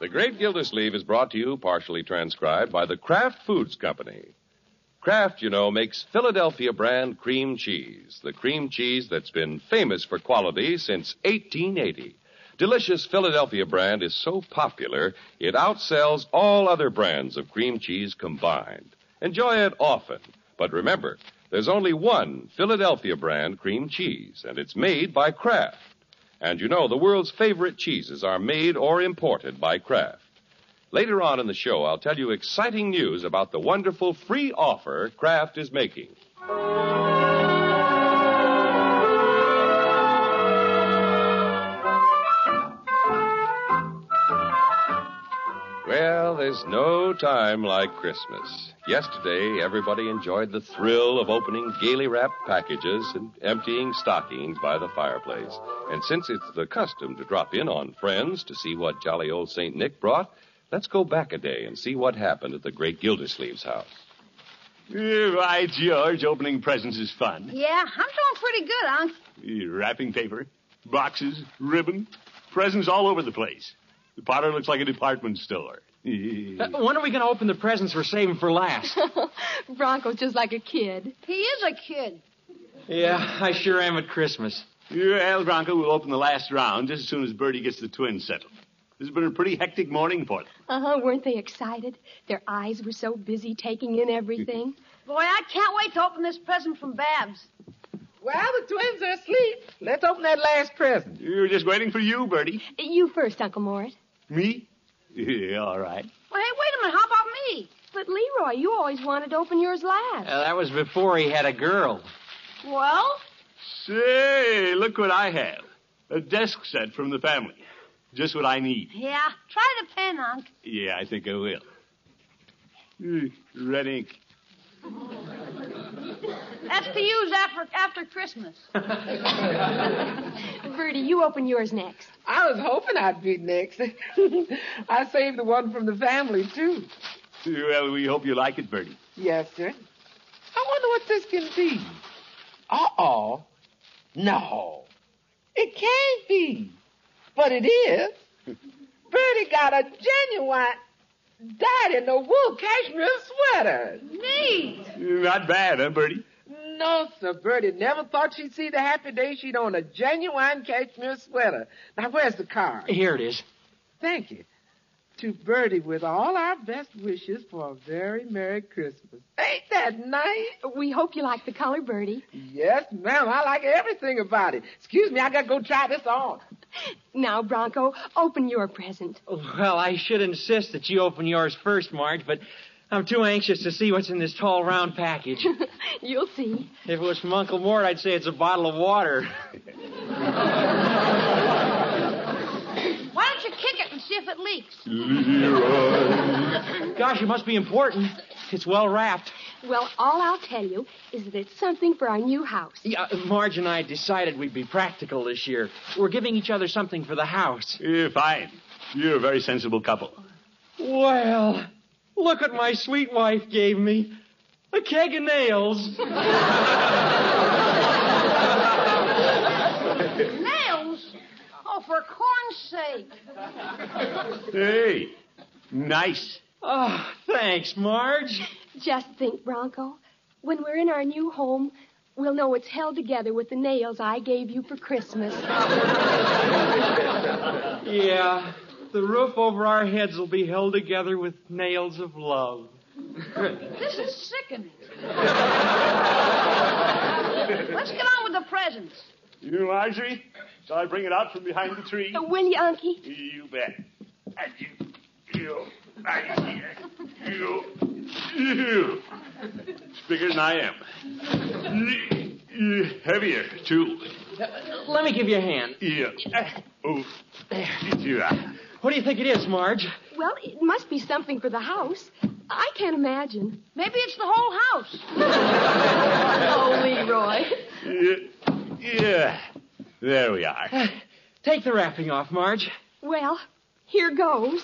The Great Gildersleeve is brought to you, partially transcribed, by the Kraft Foods Company. Kraft, you know, makes Philadelphia brand cream cheese, the cream cheese that's been famous for quality since 1880. Delicious Philadelphia brand is so popular, it outsells all other brands of cream cheese combined. Enjoy it often, but remember, there's only one Philadelphia brand cream cheese, and it's made by Kraft. And you know, the world's favorite cheeses are made or imported by Kraft. Later on in the show, I'll tell you exciting news about the wonderful free offer Kraft is making. Well, there's no time like Christmas. Yesterday, everybody enjoyed the thrill of opening gaily wrapped packages and emptying stockings by the fireplace. And since it's the custom to drop in on friends to see what jolly old St. Nick brought, let's go back a day and see what happened at the great Gildersleeve's house. Yeah, Right, George. Opening presents is fun. Yeah, I'm doing pretty good, Unc. Yeah, Wrapping paper, boxes, ribbon, presents all over the place. The parlor looks like a department store. Yeah. Uh, When are we going to open the presents we're saving for last? Bronco's just like a kid. He is a kid. yeah, I sure am at Christmas. Well, Bronco will open the last round just as soon as Bertie gets the twins settled. This has been a pretty hectic morning for them. Uh huh. Weren't they excited? Their eyes were so busy taking in everything. Boy, I can't wait to open this present from Babs. Well, the twins are asleep. Let's open that last present. We're just waiting for you, Bertie. You first, Uncle Mort. Me? Yeah, all right. Well, hey, wait a minute. How about me? But Leroy, you always wanted to open yours last. Uh, that was before he had a girl. Well, Say, look what I have. A desk set from the family. Just what I need. yeah. Try the pen, Unc. Yeah, I think I will. Uh, Red ink. That's to use after after Christmas. Bertie, you open yours next. I was hoping I'd be next. I saved the one from the family, too. Well, we hope you like it, Bertie. Yes, sir. I wonder what this can be. Uh-oh. No. It can't be. But it is. Bertie got a genuine dyed-in-the-wool cashmere sweater. Neat. Hmm, Not bad, huh, Bertie? No, sir. Bertie never thought she'd see the happy day she'd own a genuine cashmere sweater. Now, where's the card? Here it is. Thank you. To Bertie with all our best wishes for a very Merry Christmas. Ain't that nice? We hope you like the color, Bertie. Yes, ma'am. I like everything about it. Excuse me, I gotta go try this on. Now, Bronco, open your present. Oh, Well, I should insist that you open yours first, Marge, but I'm too anxious to see what's in this tall, round package. You'll see. if it was from Uncle Mort, I'd say it's a bottle of water. Why don't you kick it and see if it leaks? Gosh, it must be important. It's well wrapped. Well, all I'll tell you is that it's something for our new house. Yeah, uh, Marge and I decided we'd be practical this year. We're giving each other something for the house. Yeah, fine. You're a very sensible couple. Well, look what my sweet wife gave me. A keg of nails. Nails? Oh, for corn's sake. Hey, nice. Oh, thanks, Marge. Just think, Bronco. When we're in our new home, we'll know it's held together with the nails I gave you for Christmas. Yeah, the roof over our heads will be held together with nails of love. This is sickening. Let's get on with the presents. You, Marjorie? Shall I bring it out from behind the tree? Uh, Will you, Unky? You bet. And you, you, right here. You, you. It's bigger than I am. You- you- Heavier, too. Let me give you a hand. Yeah. Oh, there. Yeah. What do you think it is, Marge? Well, it must be something for the house. I can't imagine. Maybe it's the whole house. Oh, Leroy. Yeah. yeah. There we are. Uh, Take the wrapping off, Marge. Well, here goes.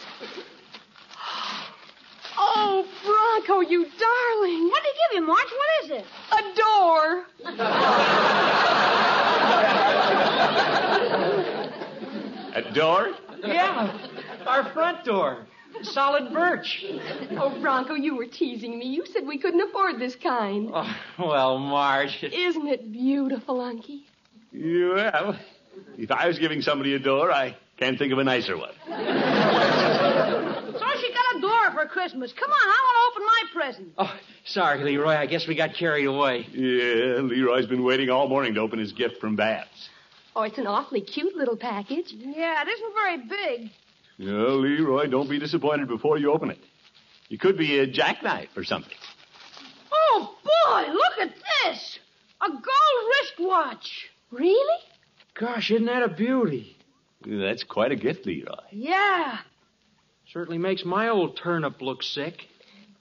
Oh, Bronco, you darling. What did you give him, Marge? What is it? A door. A door? Yeah, our front door. Solid birch. Oh, Bronco, you were teasing me. You said we couldn't afford this kind. Oh, well, Marge. it- Isn't it beautiful, Unky? Well, if I was giving somebody a door, I can't think of a nicer one. So she got a door for Christmas. Come on, I want to open my present. Oh, sorry, Leroy. I guess we got carried away. Yeah, Leroy's been waiting all morning to open his gift from Babs. Oh, it's an awfully cute little package. Yeah, it isn't very big. No, Leroy, don't be disappointed before you open it. It could be a jackknife or something. Oh, boy, look at this. A gold wristwatch. Really? Gosh, isn't that a beauty? That's quite a gift, Leroy. Yeah. Certainly makes my old turnip look sick.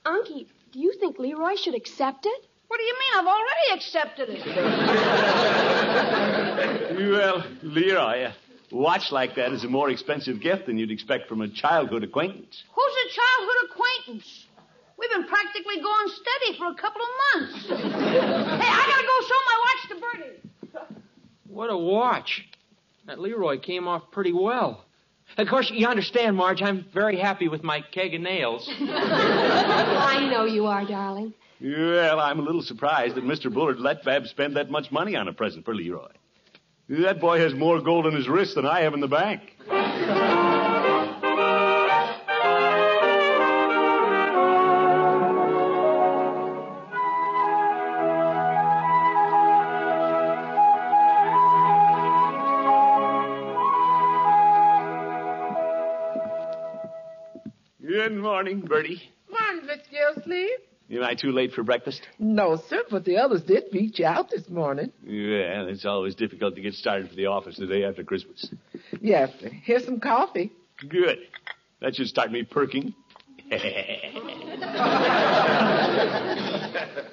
Unky, do you think Leroy should accept it? What do you mean? I've already accepted it. Well, Leroy, a watch like that is a more expensive gift than you'd expect from a childhood acquaintance. Who's a childhood acquaintance? We've been practically going steady for a couple of months. hey, I gotta go show my watch to Bertie. What a watch. That Leroy came off pretty well. Of course, you understand, Marge, I'm very happy with my keg of nails. I know you are, darling. Well, I'm a little surprised that Mr. Bullard let Babs spend that much money on a present for Leroy. That boy has more gold in his wrist than I have in the bank. Good morning, Bertie. Morning, Fitzgerald Sleeve. Am I too late for breakfast? No, sir, but the others did beat you out this morning. Yeah, it's always difficult to get started for the office the day after Christmas. Yes, sir. Here's some coffee. Good. That should start me perking.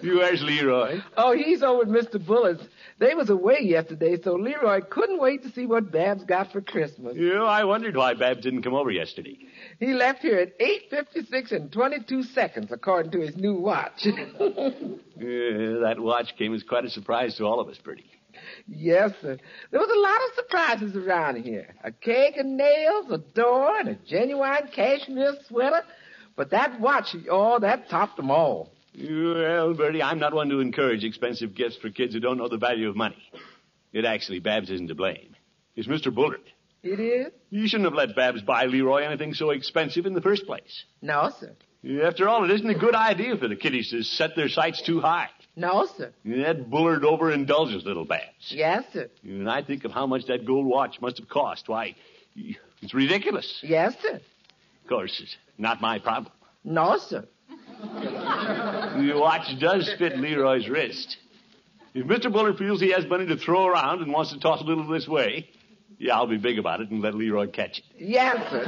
Where's Leroy? Oh, he's over at Mr. Bullard's. They was away yesterday, so Leroy couldn't wait to see what Babs got for Christmas. You know, I wondered why Babs didn't come over yesterday. He left here at 8.56 and 22 seconds, according to his new watch. Yeah, Uh, that watch came as quite a surprise to all of us, Bertie. yes, sir. There was a lot of surprises around here. A cake of nails, a door, and a genuine cashmere sweater. But that watch, oh, that topped them all. Well, Bertie, I'm not one to encourage expensive gifts for kids who don't know the value of money. It actually, Babs isn't to blame. It's Mr. Bullard. It is? You shouldn't have let Babs buy Leroy anything so expensive in the first place. No, sir. After all, it isn't a good idea for the kiddies to set their sights too high. No, sir. That Bullard overindulges little Babs. Yes, sir. And I think of how much that gold watch must have cost. Why, it's ridiculous. Yes, sir. Of course, it's not my problem. No, sir. The watch does fit Leroy's wrist. If Mr. Bullard feels he has money to throw around and wants to toss a little this way, yeah, I'll be big about it and let Leroy catch it. Yes, sir.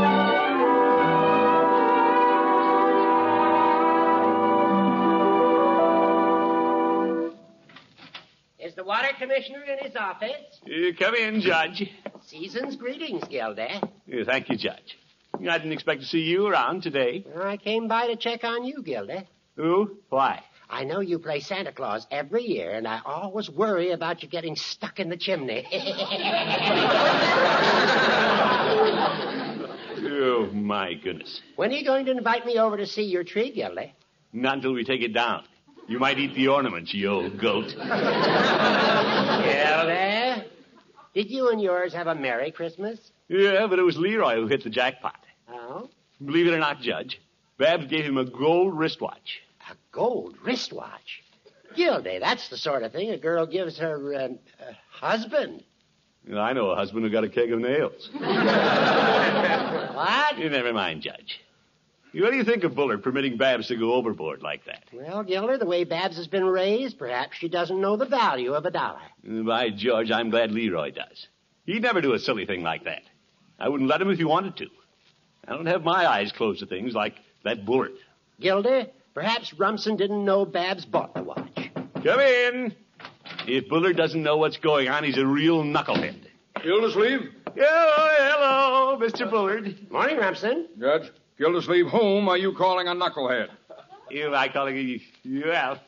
Is the water commissioner in his office? Uh, come in, Judge. Season's greetings, Gilda. Uh, thank you, Judge. I didn't expect to see you around today. I came by to check on you, Gilda. Who? Why? I know you play Santa Claus every year, and I always worry about you getting stuck in the chimney. Oh, my goodness. when are you going to invite me over to see your tree, Gilda? Not until we take it down. You might eat the ornaments, you old goat. Gilda? Did you and yours have a Merry Christmas? Yeah, but it was Leroy who hit the jackpot. Oh? Believe it or not, Judge, Babs gave him a gold wristwatch. A gold wristwatch. Gilda, that's the sort of thing a girl gives her um, uh, husband. And I know a husband who got a keg of nails. What? Eh, Never mind, Judge. What do you think of Bullard permitting Babs to go overboard like that? Well, Gilda, the way Babs has been raised, perhaps she doesn't know the value of a dollar. Eh, By George, I'm glad Leroy does. He'd never do a silly thing like that. I wouldn't let him if he wanted to. I don't have my eyes closed to things like that bullet. Gildy, perhaps Rumsen didn't know Babs bought the watch. Come in. If Bullard doesn't know what's going on, he's a real knucklehead. Gildersleeve? Oh, hello, Mr. Bullard. Morning, Rumsen. Judge, Gildersleeve, whom are you calling a knucklehead? You, I call it, well.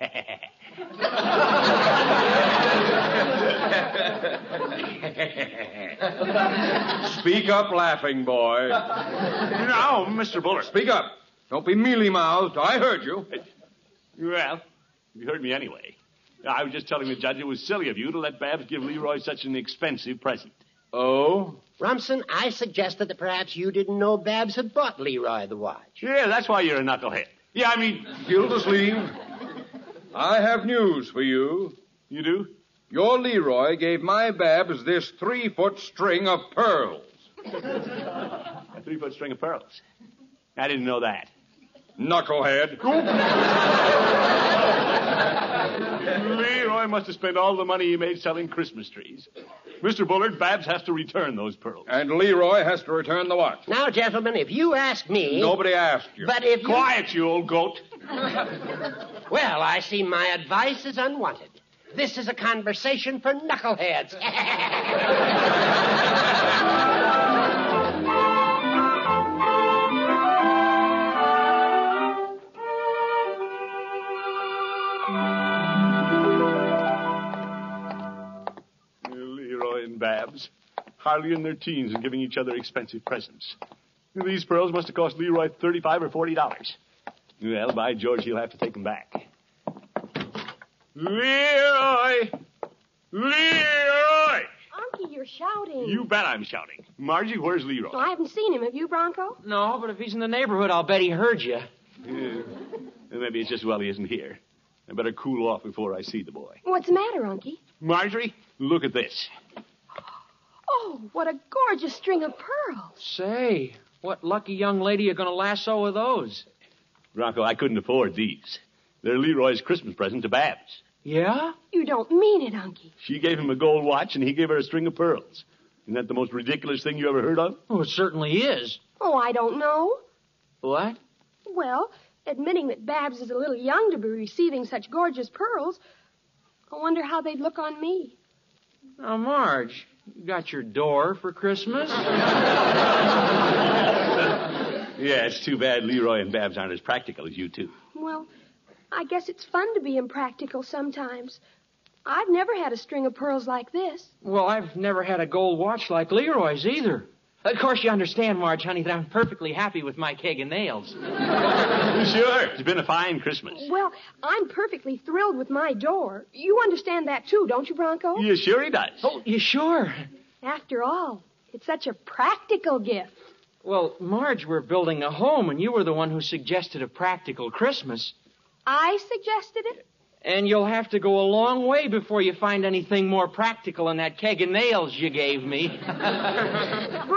Speak up, laughing boy. No, Mr. Bullard. Speak up. Don't be mealy mouthed. I heard you. Well, you heard me anyway. I was just telling the judge it was silly of you to let Babs give Leroy such an expensive present. Oh? Rumsen, I suggested that perhaps you didn't know Babs had bought Leroy the watch. Yeah, that's why you're a knucklehead. Yeah, I mean, Gildersleeve, I have news for you. you do? Your Leroy gave my Babs this three foot string of pearls. A three foot string of pearls. I didn't know that. Knucklehead. Leroy must have spent all the money he made selling Christmas trees. Mr. Bullard, Babs has to return those pearls. And Leroy has to return the watch. Now, gentlemen, if you ask me. Nobody asked you. But if. you- Quiet, you old goat. Well, I see my advice is unwanted. This is a conversation for knuckleheads. Leroy and Babs, hardly in their teens and giving each other expensive presents. These pearls must have cost Leroy thirty-five or forty dollars. Well, by George, he'll have to take them back. Leroy, Leroy! Unky, you're shouting. You bet I'm shouting. Margie, where's Leroy? I haven't seen him. Have you, Bronco? No, but if he's in the neighborhood, I'll bet he heard you. Uh, Maybe it's just well he isn't here. I better cool off before I see the boy. What's the matter, Unky? Marjorie, look at this. Oh, what a gorgeous string of pearls. Say, what lucky young lady are going to lasso with those? Bronco, I couldn't afford these. They're Leroy's Christmas present to Babs. Yeah? You don't mean it, Unky. She gave him a gold watch, and he gave her a string of pearls. Isn't that the most ridiculous thing you ever heard of? Oh, it certainly is. Oh, I don't know. What? Well, admitting that Babs is a little young to be receiving such gorgeous pearls, I wonder how they'd look on me. Now, Marge, you got your door for Christmas? Yeah, it's too bad Leroy and Babs aren't as practical as you two. Well, I guess it's fun to be impractical sometimes. I've never had a string of pearls like this. Well, I've never had a gold watch like Leroy's either. Of course, you understand, Marge, honey, that I'm perfectly happy with my keg of nails. Sure, it's been a fine Christmas. Well, I'm perfectly thrilled with my door. You understand that too, don't you, Bronco? Yeah, sure he does. Oh, you sure? After all, it's such a practical gift. Well, Marge, we're building a home, and you were the one who suggested a practical Christmas. I suggested it. And you'll have to go a long way before you find anything more practical than that keg of nails you gave me. Bronco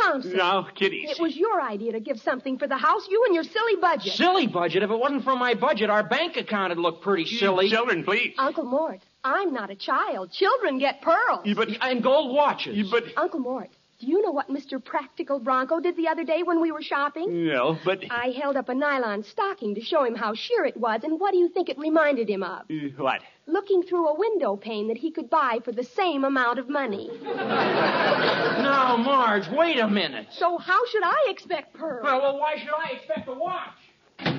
Thompson. Now, kiddies. It was your idea to give something for the house, you and your silly budget. silly budget. If it wasn't for my budget, our bank account would look pretty silly. Children, please. Uncle Mort, I'm not a child. Children get pearls. You but, And gold watches. you but, Uncle Mort, do you know what Mr. Practical Bronco did the other day when we were shopping? no, but, I held up a nylon stocking to show him how sheer it was, and what do you think it reminded him of? uh, what? Looking through a window pane that he could buy for the same amount of money. Now, Marge, wait a minute. So how should I expect pearls? Well, well, why should I expect a watch?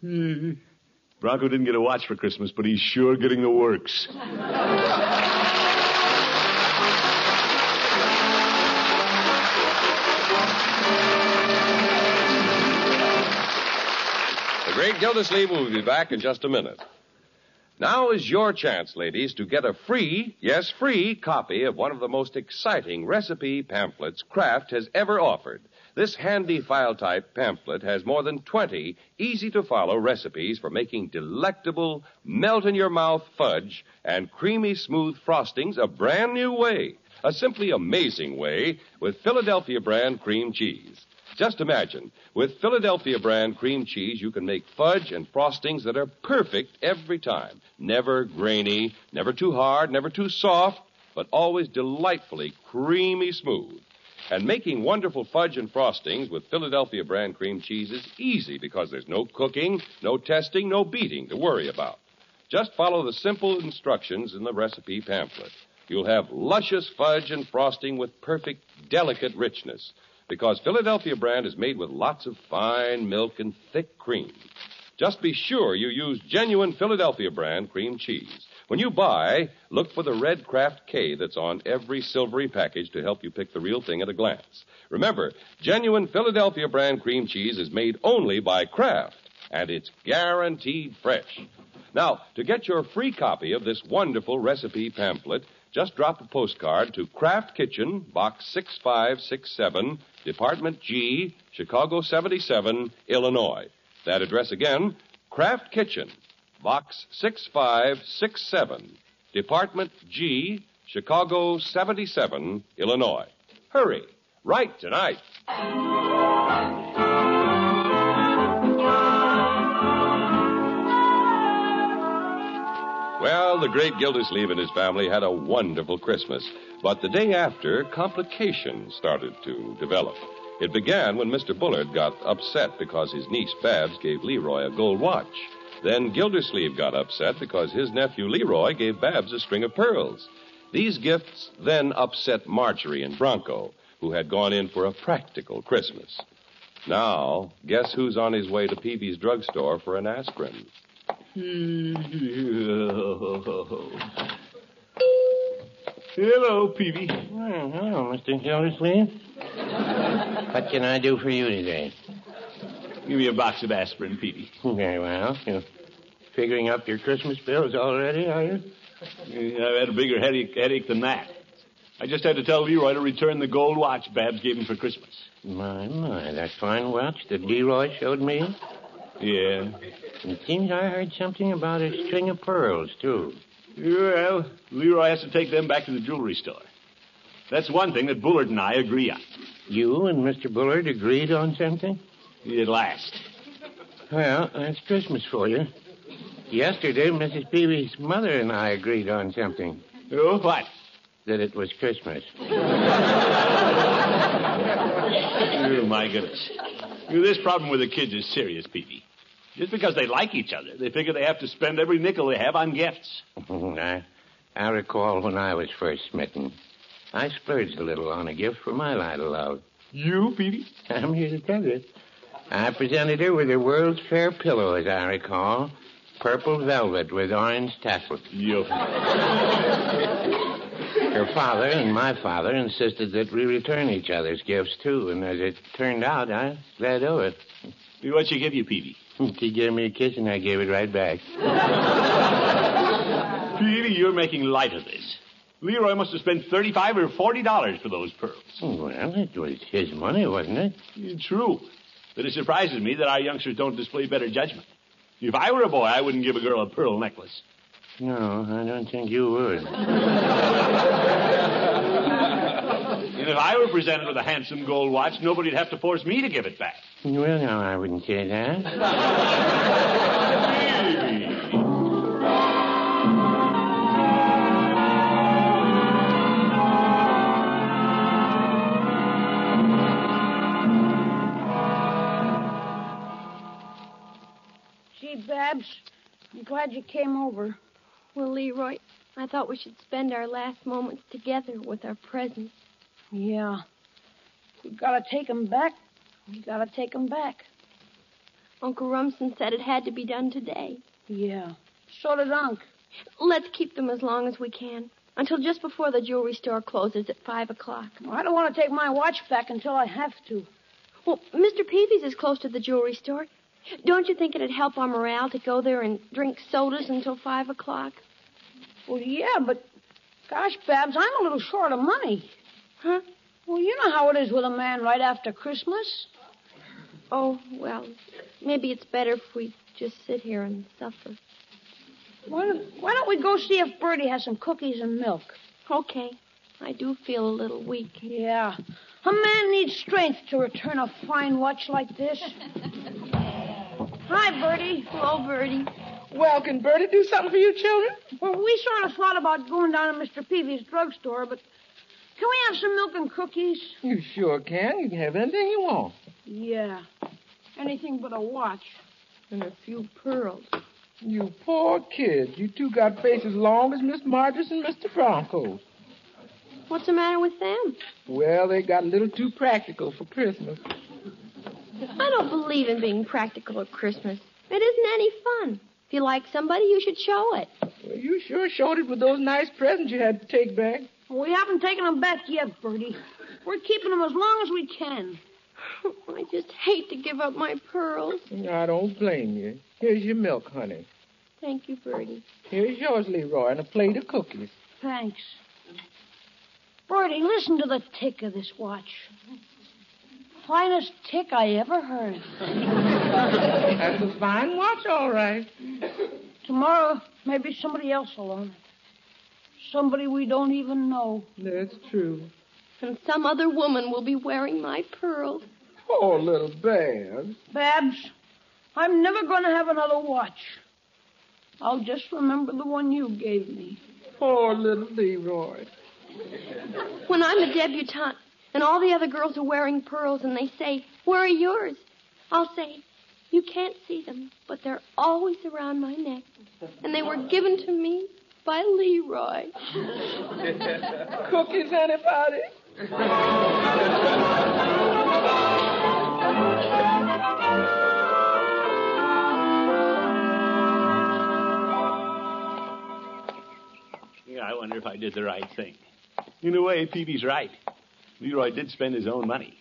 Hmm. Bronco didn't get a watch for Christmas, but he's sure getting the works. The Great Gildersleeve will be back in just a minute. Now is your chance, ladies, to get a free, yes, free copy of one of the most exciting recipe pamphlets Kraft has ever offered. This handy file type pamphlet has more than 20 easy to follow recipes for making delectable, melt in your mouth fudge and creamy smooth frostings a brand new way. A simply amazing way with Philadelphia brand cream cheese. Just imagine, with Philadelphia brand cream cheese, you can make fudge and frostings that are perfect every time. Never grainy, never too hard, never too soft. but always delightfully creamy smooth. And making wonderful fudge and frostings with Philadelphia brand cream cheese is easy because there's no cooking, no testing, no beating to worry about. Just follow the simple instructions in the recipe pamphlet. You'll have luscious fudge and frosting with perfect, delicate richness because Philadelphia brand is made with lots of fine milk and thick cream. Just be sure you use genuine Philadelphia brand cream cheese. When you buy, look for the red Kraft K that's on every silvery package to help you pick the real thing at a glance. Remember, genuine Philadelphia brand cream cheese is made only by Kraft, and it's guaranteed fresh. Now, to get your free copy of this wonderful recipe pamphlet, just drop a postcard to Kraft Kitchen, Box 6567, Department G, Chicago 77, Illinois. That address again, Kraft Kitchen, Box 6567, Department G, Chicago 77, Illinois. Hurry, right tonight. Well, the great Gildersleeve and his family had a wonderful Christmas, but the day after, complications started to develop. It began when Mr. Bullard got upset because his niece Babs gave Leroy a gold watch. Then Gildersleeve got upset because his nephew Leroy gave Babs a string of pearls. These gifts then upset Marjorie and Bronco, who had gone in for a practical Christmas. Now, guess who's on his way to Peavy's drugstore for an aspirin? Hmm. Hello, Peavy. Well, hello, Mr. Gildersleeve. what can I do for you today? Give me a box of aspirin, Peavy. Very well. You're figuring up your Christmas bills already, are you? I've had a bigger headache, headache than that. I just had to tell Leroy to return the gold watch Babs gave him for Christmas. My, my, that fine watch that Leroy showed me. Yeah. It seems I heard something about a string of pearls, too. Well, Leroy has to take them back to the jewelry store. That's one thing that Bullard and I agree on. You and Mr. Bullard agreed on something? At last. Well, that's Christmas for you. Yesterday, Mrs. Peavy's mother and I agreed on something. Oh, what? That it was Christmas. Oh, my goodness. This problem with the kids is serious, Peavy. Just because they like each other, they figure they have to spend every nickel they have on gifts. Mm-hmm. I, I recall when I was first smitten. I splurged a little on a gift for my light of love. You, Peavy? I'm here to tell you. I presented her with a World's Fair pillow, as I recall. Purple velvet with orange tassels. You. Her father and my father insisted that we return each other's gifts, too, and as it turned out, I let over it. What'd she give you, Peavy? She gave me a kiss, and I gave it right back. Peavy, you're making light of this. Leroy must have spent thirty-five or forty dollars for those pearls. Well, it was his money, wasn't it? True. But it surprises me that our youngsters don't display better judgment. If I were a boy, I wouldn't give a girl a pearl necklace. No, I don't think you would. And if I were presented with a handsome gold watch, nobody'd have to force me to give it back. Well, no, I wouldn't say that. Gee, Babs, I'm glad you came over. Well, Leroy, I thought we should spend our last moments together with our presents. Yeah. We gotta take 'em back. We gotta take 'em back. Uncle Rumsen said it had to be done today. Yeah. So did Unc. Let's keep them as long as we can, until just before the jewelry store closes at 5 o'clock. I don't want to take my watch back until I have to. Well, Mr. Peavy's is close to the jewelry store. Don't you think it'd help our morale to go there and drink sodas until 5 o'clock? Well, yeah, but gosh, Babs, I'm a little short of money. Huh? Well, you know how it is with a man right after Christmas. Oh, well, maybe it's better if we just sit here and suffer. Why don't, why don't we go see if Bertie has some cookies and milk? Okay. I do feel a little weak. Yeah. A man needs strength to return a fine watch like this. Hi, Bertie. Hello, Bertie. Well, can Bertie do something for you children? Well, we sort of thought about going down to Mr. Peavy's drugstore, but can we have some milk and cookies? You sure can. You can have anything you want. Yeah. Anything but a watch. And a few pearls. You poor kid. You two got faces long as Miss Marjorie and Mr. Bronco's. What's the matter with them? Well, they got a little too practical for Christmas. I don't believe in being practical at Christmas. It isn't any fun. If you like somebody, you should show it. Well, you sure showed it with those nice presents you had to take back. We haven't taken them back yet, Bertie. We're keeping them as long as we can. Oh, I just hate to give up my pearls. I don't blame you. Here's your milk, honey. Thank you, Bertie. Here's yours, Leroy, and a plate of cookies. Thanks. Bertie, listen to the tick of this watch. Finest tick I ever heard. That's a fine watch, all right. Tomorrow, maybe somebody else will own it. Somebody we don't even know. That's true. And some other woman will be wearing my pearls. Poor Oh, little Babs. Babs, I'm never going to have another watch. I'll just remember the one you gave me. Poor little Leroy. When I'm a debutante and all the other girls are wearing pearls and they say, Where are yours? I'll say, You can't see them, but they're always around my neck. And they were given to me by Leroy. Cookies, anybody? Yeah, I wonder if I did the right thing. In a way, Peavy's right. Leroy did spend his own money.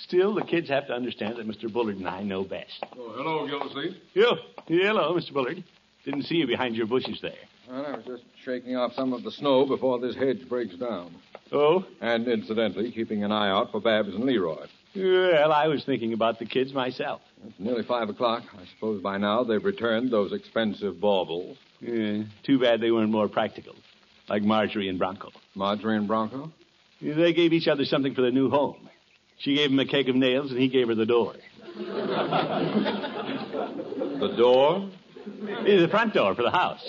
Still, the kids have to understand that Mr. Bullard and I know best. Oh, hello, Gildersleeve. Yo, hello, Mr. Bullard. Didn't see you behind your bushes there. Well, I was just shaking off some of the snow before this hedge breaks down. Oh? And incidentally, keeping an eye out for Babs and Leroy. Well, I was thinking about the kids myself. It's nearly five o'clock. I suppose by now they've returned those expensive baubles. Yeah, too bad they weren't more practical, like Marjorie and Bronco. Marjorie and Bronco? They gave each other something for their new home. She gave him a cake of nails, and he gave her the door. The door? Yeah, The front door for the house.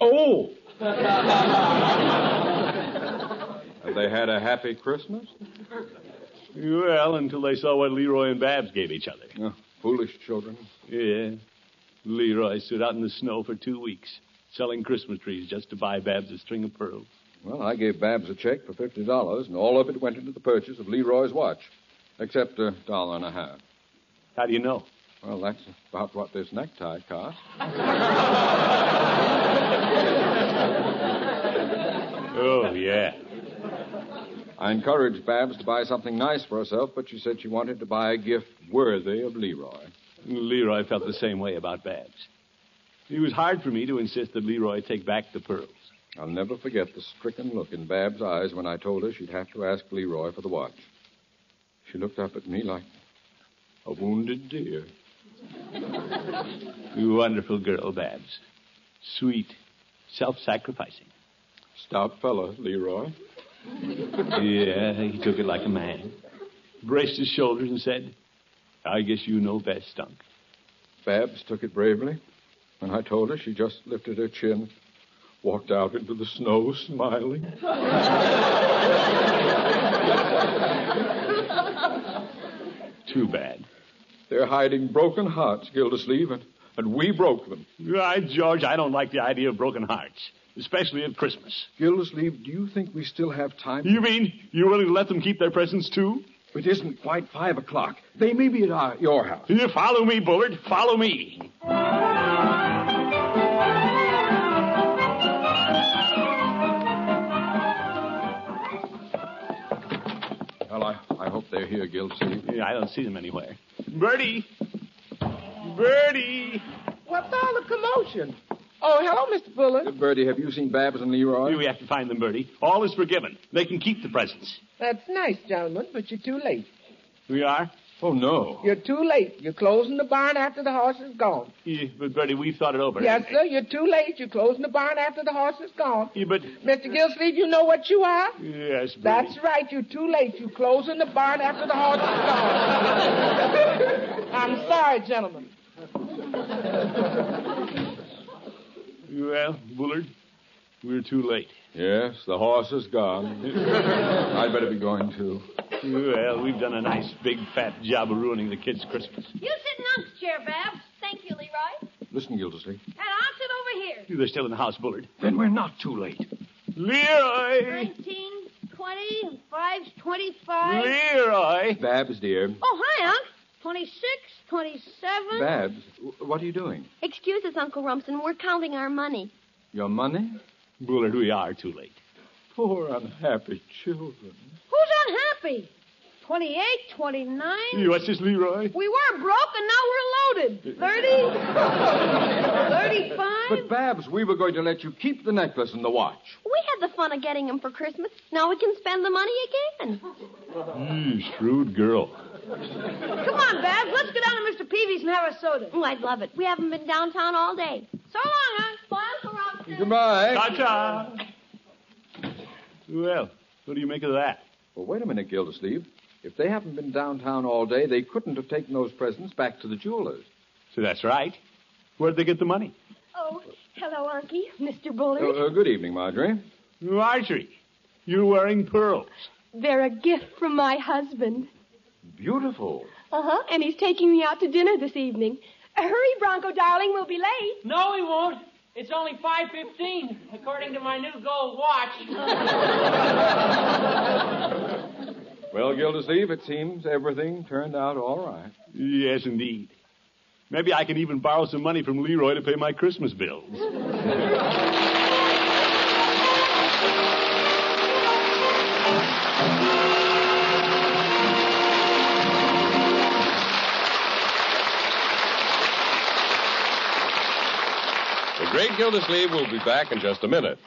Oh, Have they had a happy Christmas? Well, until they saw what Leroy and Babs gave each other. Oh, foolish children. Yeah. Leroy stood out in the snow for two weeks, selling Christmas trees just to buy Babs a string of pearls. Well, I gave Babs a check for $50, and all of it went into the purchase of Leroy's watch, except a dollar and a half. How do you know? Well, that's about what this necktie cost. Oh, yeah. I encouraged Babs to buy something nice for herself, but she said she wanted to buy a gift worthy of Leroy. Leroy felt the same way about Babs. It was hard for me to insist that Leroy take back the pearls. I'll never forget the stricken look in Bab's eyes when I told her she'd have to ask Leroy for the watch. She looked up at me like a wounded deer. You wonderful girl, Babs. Sweet, self sacrificing. Stout fella, Leroy. Yeah, he took it like a man. Braced his shoulders and said, I guess you know best, Dunk. Babs took it bravely. When I told her, she just lifted her chin, walked out into the snow smiling. Too bad. They're hiding broken hearts, Gildersleeve, and, and we broke them. Right, George, I don't like the idea of broken hearts, especially at Christmas. Gildersleeve, do you think we still have time? You mean you're willing to let them keep their presents too? It isn't quite five o'clock. They may be at our, your house. You follow me, Bullard. Follow me. Well, I, I hope they're here, Gildersleeve. Yeah, I don't see them anywhere. Bertie! Bertie! what's all the commotion? Oh, hello, Mr. Bullard. Bertie, have you seen Babs and Leroy? Here we have to find them, Bertie. All is forgiven. They can keep the presents. That's nice, gentlemen, but you're too late. We are? Oh, no. You're too late. You're closing the barn after the horse is gone. Yeah, but, Bertie, we've thought it over. Yes, sir, you're too late. You're closing the barn after the horse is gone. Yeah, but. Mr. Gilsleeve, you know what you are? Yes, Bertie. That's right. You're too late. You're closing the barn after the horse is gone. I'm sorry, gentlemen. Well, Bullard, We're too late. Yes, the horse is gone. I'd better be going, too. Well, we've done a nice big fat job of ruining the kids' Christmas. You sit in Unc's chair, Babs. Thank you, Leroy. Listen, Gildersleeve. And I'll sit over here. They're still in the house, Bullard. Then we're not too late. Leroy! Nineteen, twenty, and five's 25. Leroy! Babs, dear. Oh, hi, Unc. 26, 27. Babs, w- what are you doing? Excuse us, Uncle Rumsen. We're counting our money. Your money? Bullard, we are too late. Poor unhappy children. Who's unhappy? 28, 29. You What's this, Leroy? We were broke and now we're loaded. 30, 35. But, Babs, we were going to let you keep the necklace and the watch. We had the fun of getting them for Christmas. Now we can spend the money again. You Hmm, shrewd girl. Come on, Babs. Let's go down to Mr. Peavy's and have a soda. Oh, I'd love it. We haven't been downtown all day. So long, Unc. Bye, Uncle Robinson. Goodbye. Ta-ta. Well, what do you make of that? Well, wait a minute, Gildersleeve. If they haven't been downtown all day, they couldn't have taken those presents back to the jewelers. So that's right. Where'd they get the money? Oh, hello, Unky. Mr. Bullard. Uh, uh, good evening, Marjorie. Marjorie, you're wearing pearls. They're a gift from my husband. Beautiful. Uh huh. And he's taking me out to dinner this evening. Hurry, Bronco, darling. We'll be late. No, he won't. It's only 5.15, according to my new gold watch. Well, Gildersleeve, it seems everything turned out all right. Yes, indeed. Maybe I can even borrow some money from Leroy to pay my Christmas bills. The Great Gildersleeve will be back in just a minute.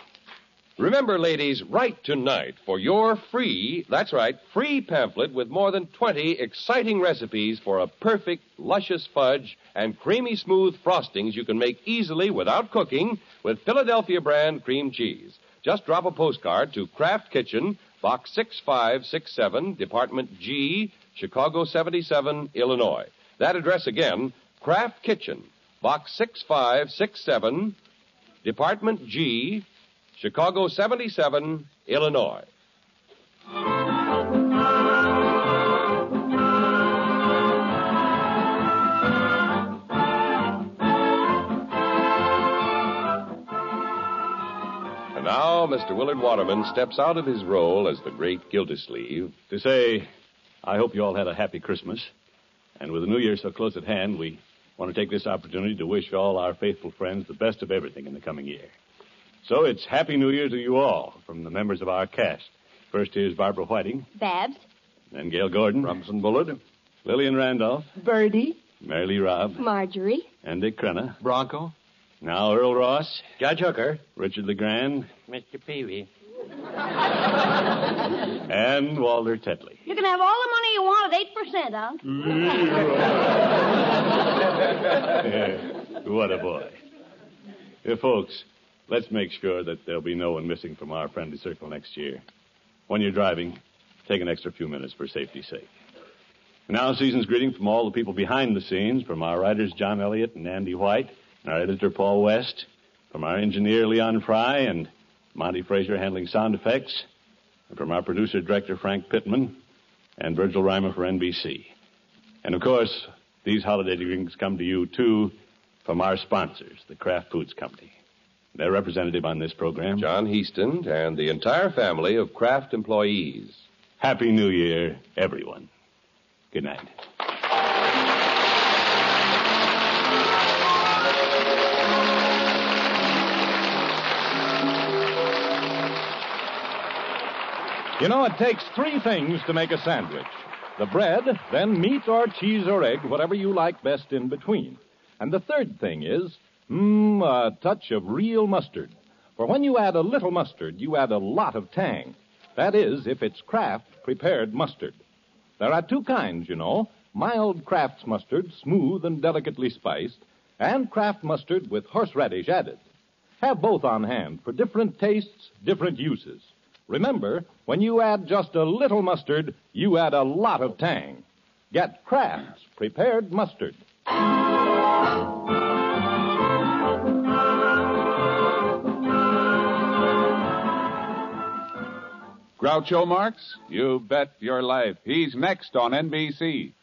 Remember, ladies, write tonight for your free, that's right, free pamphlet with more than 20 exciting recipes for a perfect, luscious fudge and creamy smooth frostings you can make easily without cooking with Philadelphia brand cream cheese. Just drop a postcard to Kraft Kitchen, Box 6567, Department G, Chicago 77, Illinois. That address again, Kraft Kitchen, Box 6567, Department G, Chicago 77, Illinois. And now Mr. Willard Waterman steps out of his role as the great Gildersleeve to say, I hope you all had a happy Christmas. And with the new year so close at hand, we want to take this opportunity to wish all our faithful friends the best of everything in the coming year. So it's Happy New Year to you all from the members of our cast. First here's Barbara Whiting, Babs. then Gail Gordon, Robinson Bullard, Lillian Randolph, Birdie. Mary Lee Robb, Marjorie. and Dick Crenna. Bronco. Now Earl Ross, Judge Hooker. Richard LeGrand, Mr. Peavy. and Walter Tetley. You can have all the money you want at 8%, Unc. what a boy. Uh, folks, let's make sure that there'll be no one missing from our friendly circle next year. When you're driving, take an extra few minutes for safety's sake. And now, season's greeting from all the people behind the scenes, from our writers John Elliott and Andy White, and our editor Paul West, from our engineer Leon Fry and Monty Fraser handling sound effects, and from our producer director Frank Pittman, and Virgil Reimer for NBC. And of course, these holiday greetings come to you too from our sponsors, the Kraft Foods Company. Their representative on this program, John Heaston, and the entire family of Kraft employees. Happy New Year, everyone. Good night. You know, it takes three things to make a sandwich the bread, then meat or cheese or egg, whatever you like best in between. And the third thing is, mmm, a touch of real mustard. For when you add a little mustard, you add a lot of tang. That is, if it's Kraft prepared mustard. There are two kinds, you know mild Kraft's mustard, smooth and delicately spiced, and Kraft mustard with horseradish added. Have both on hand for different tastes, different uses. Remember, when you add just a little mustard, you add a lot of tang. Get Kraft's prepared mustard. Groucho Marx? You bet your life. He's next on NBC.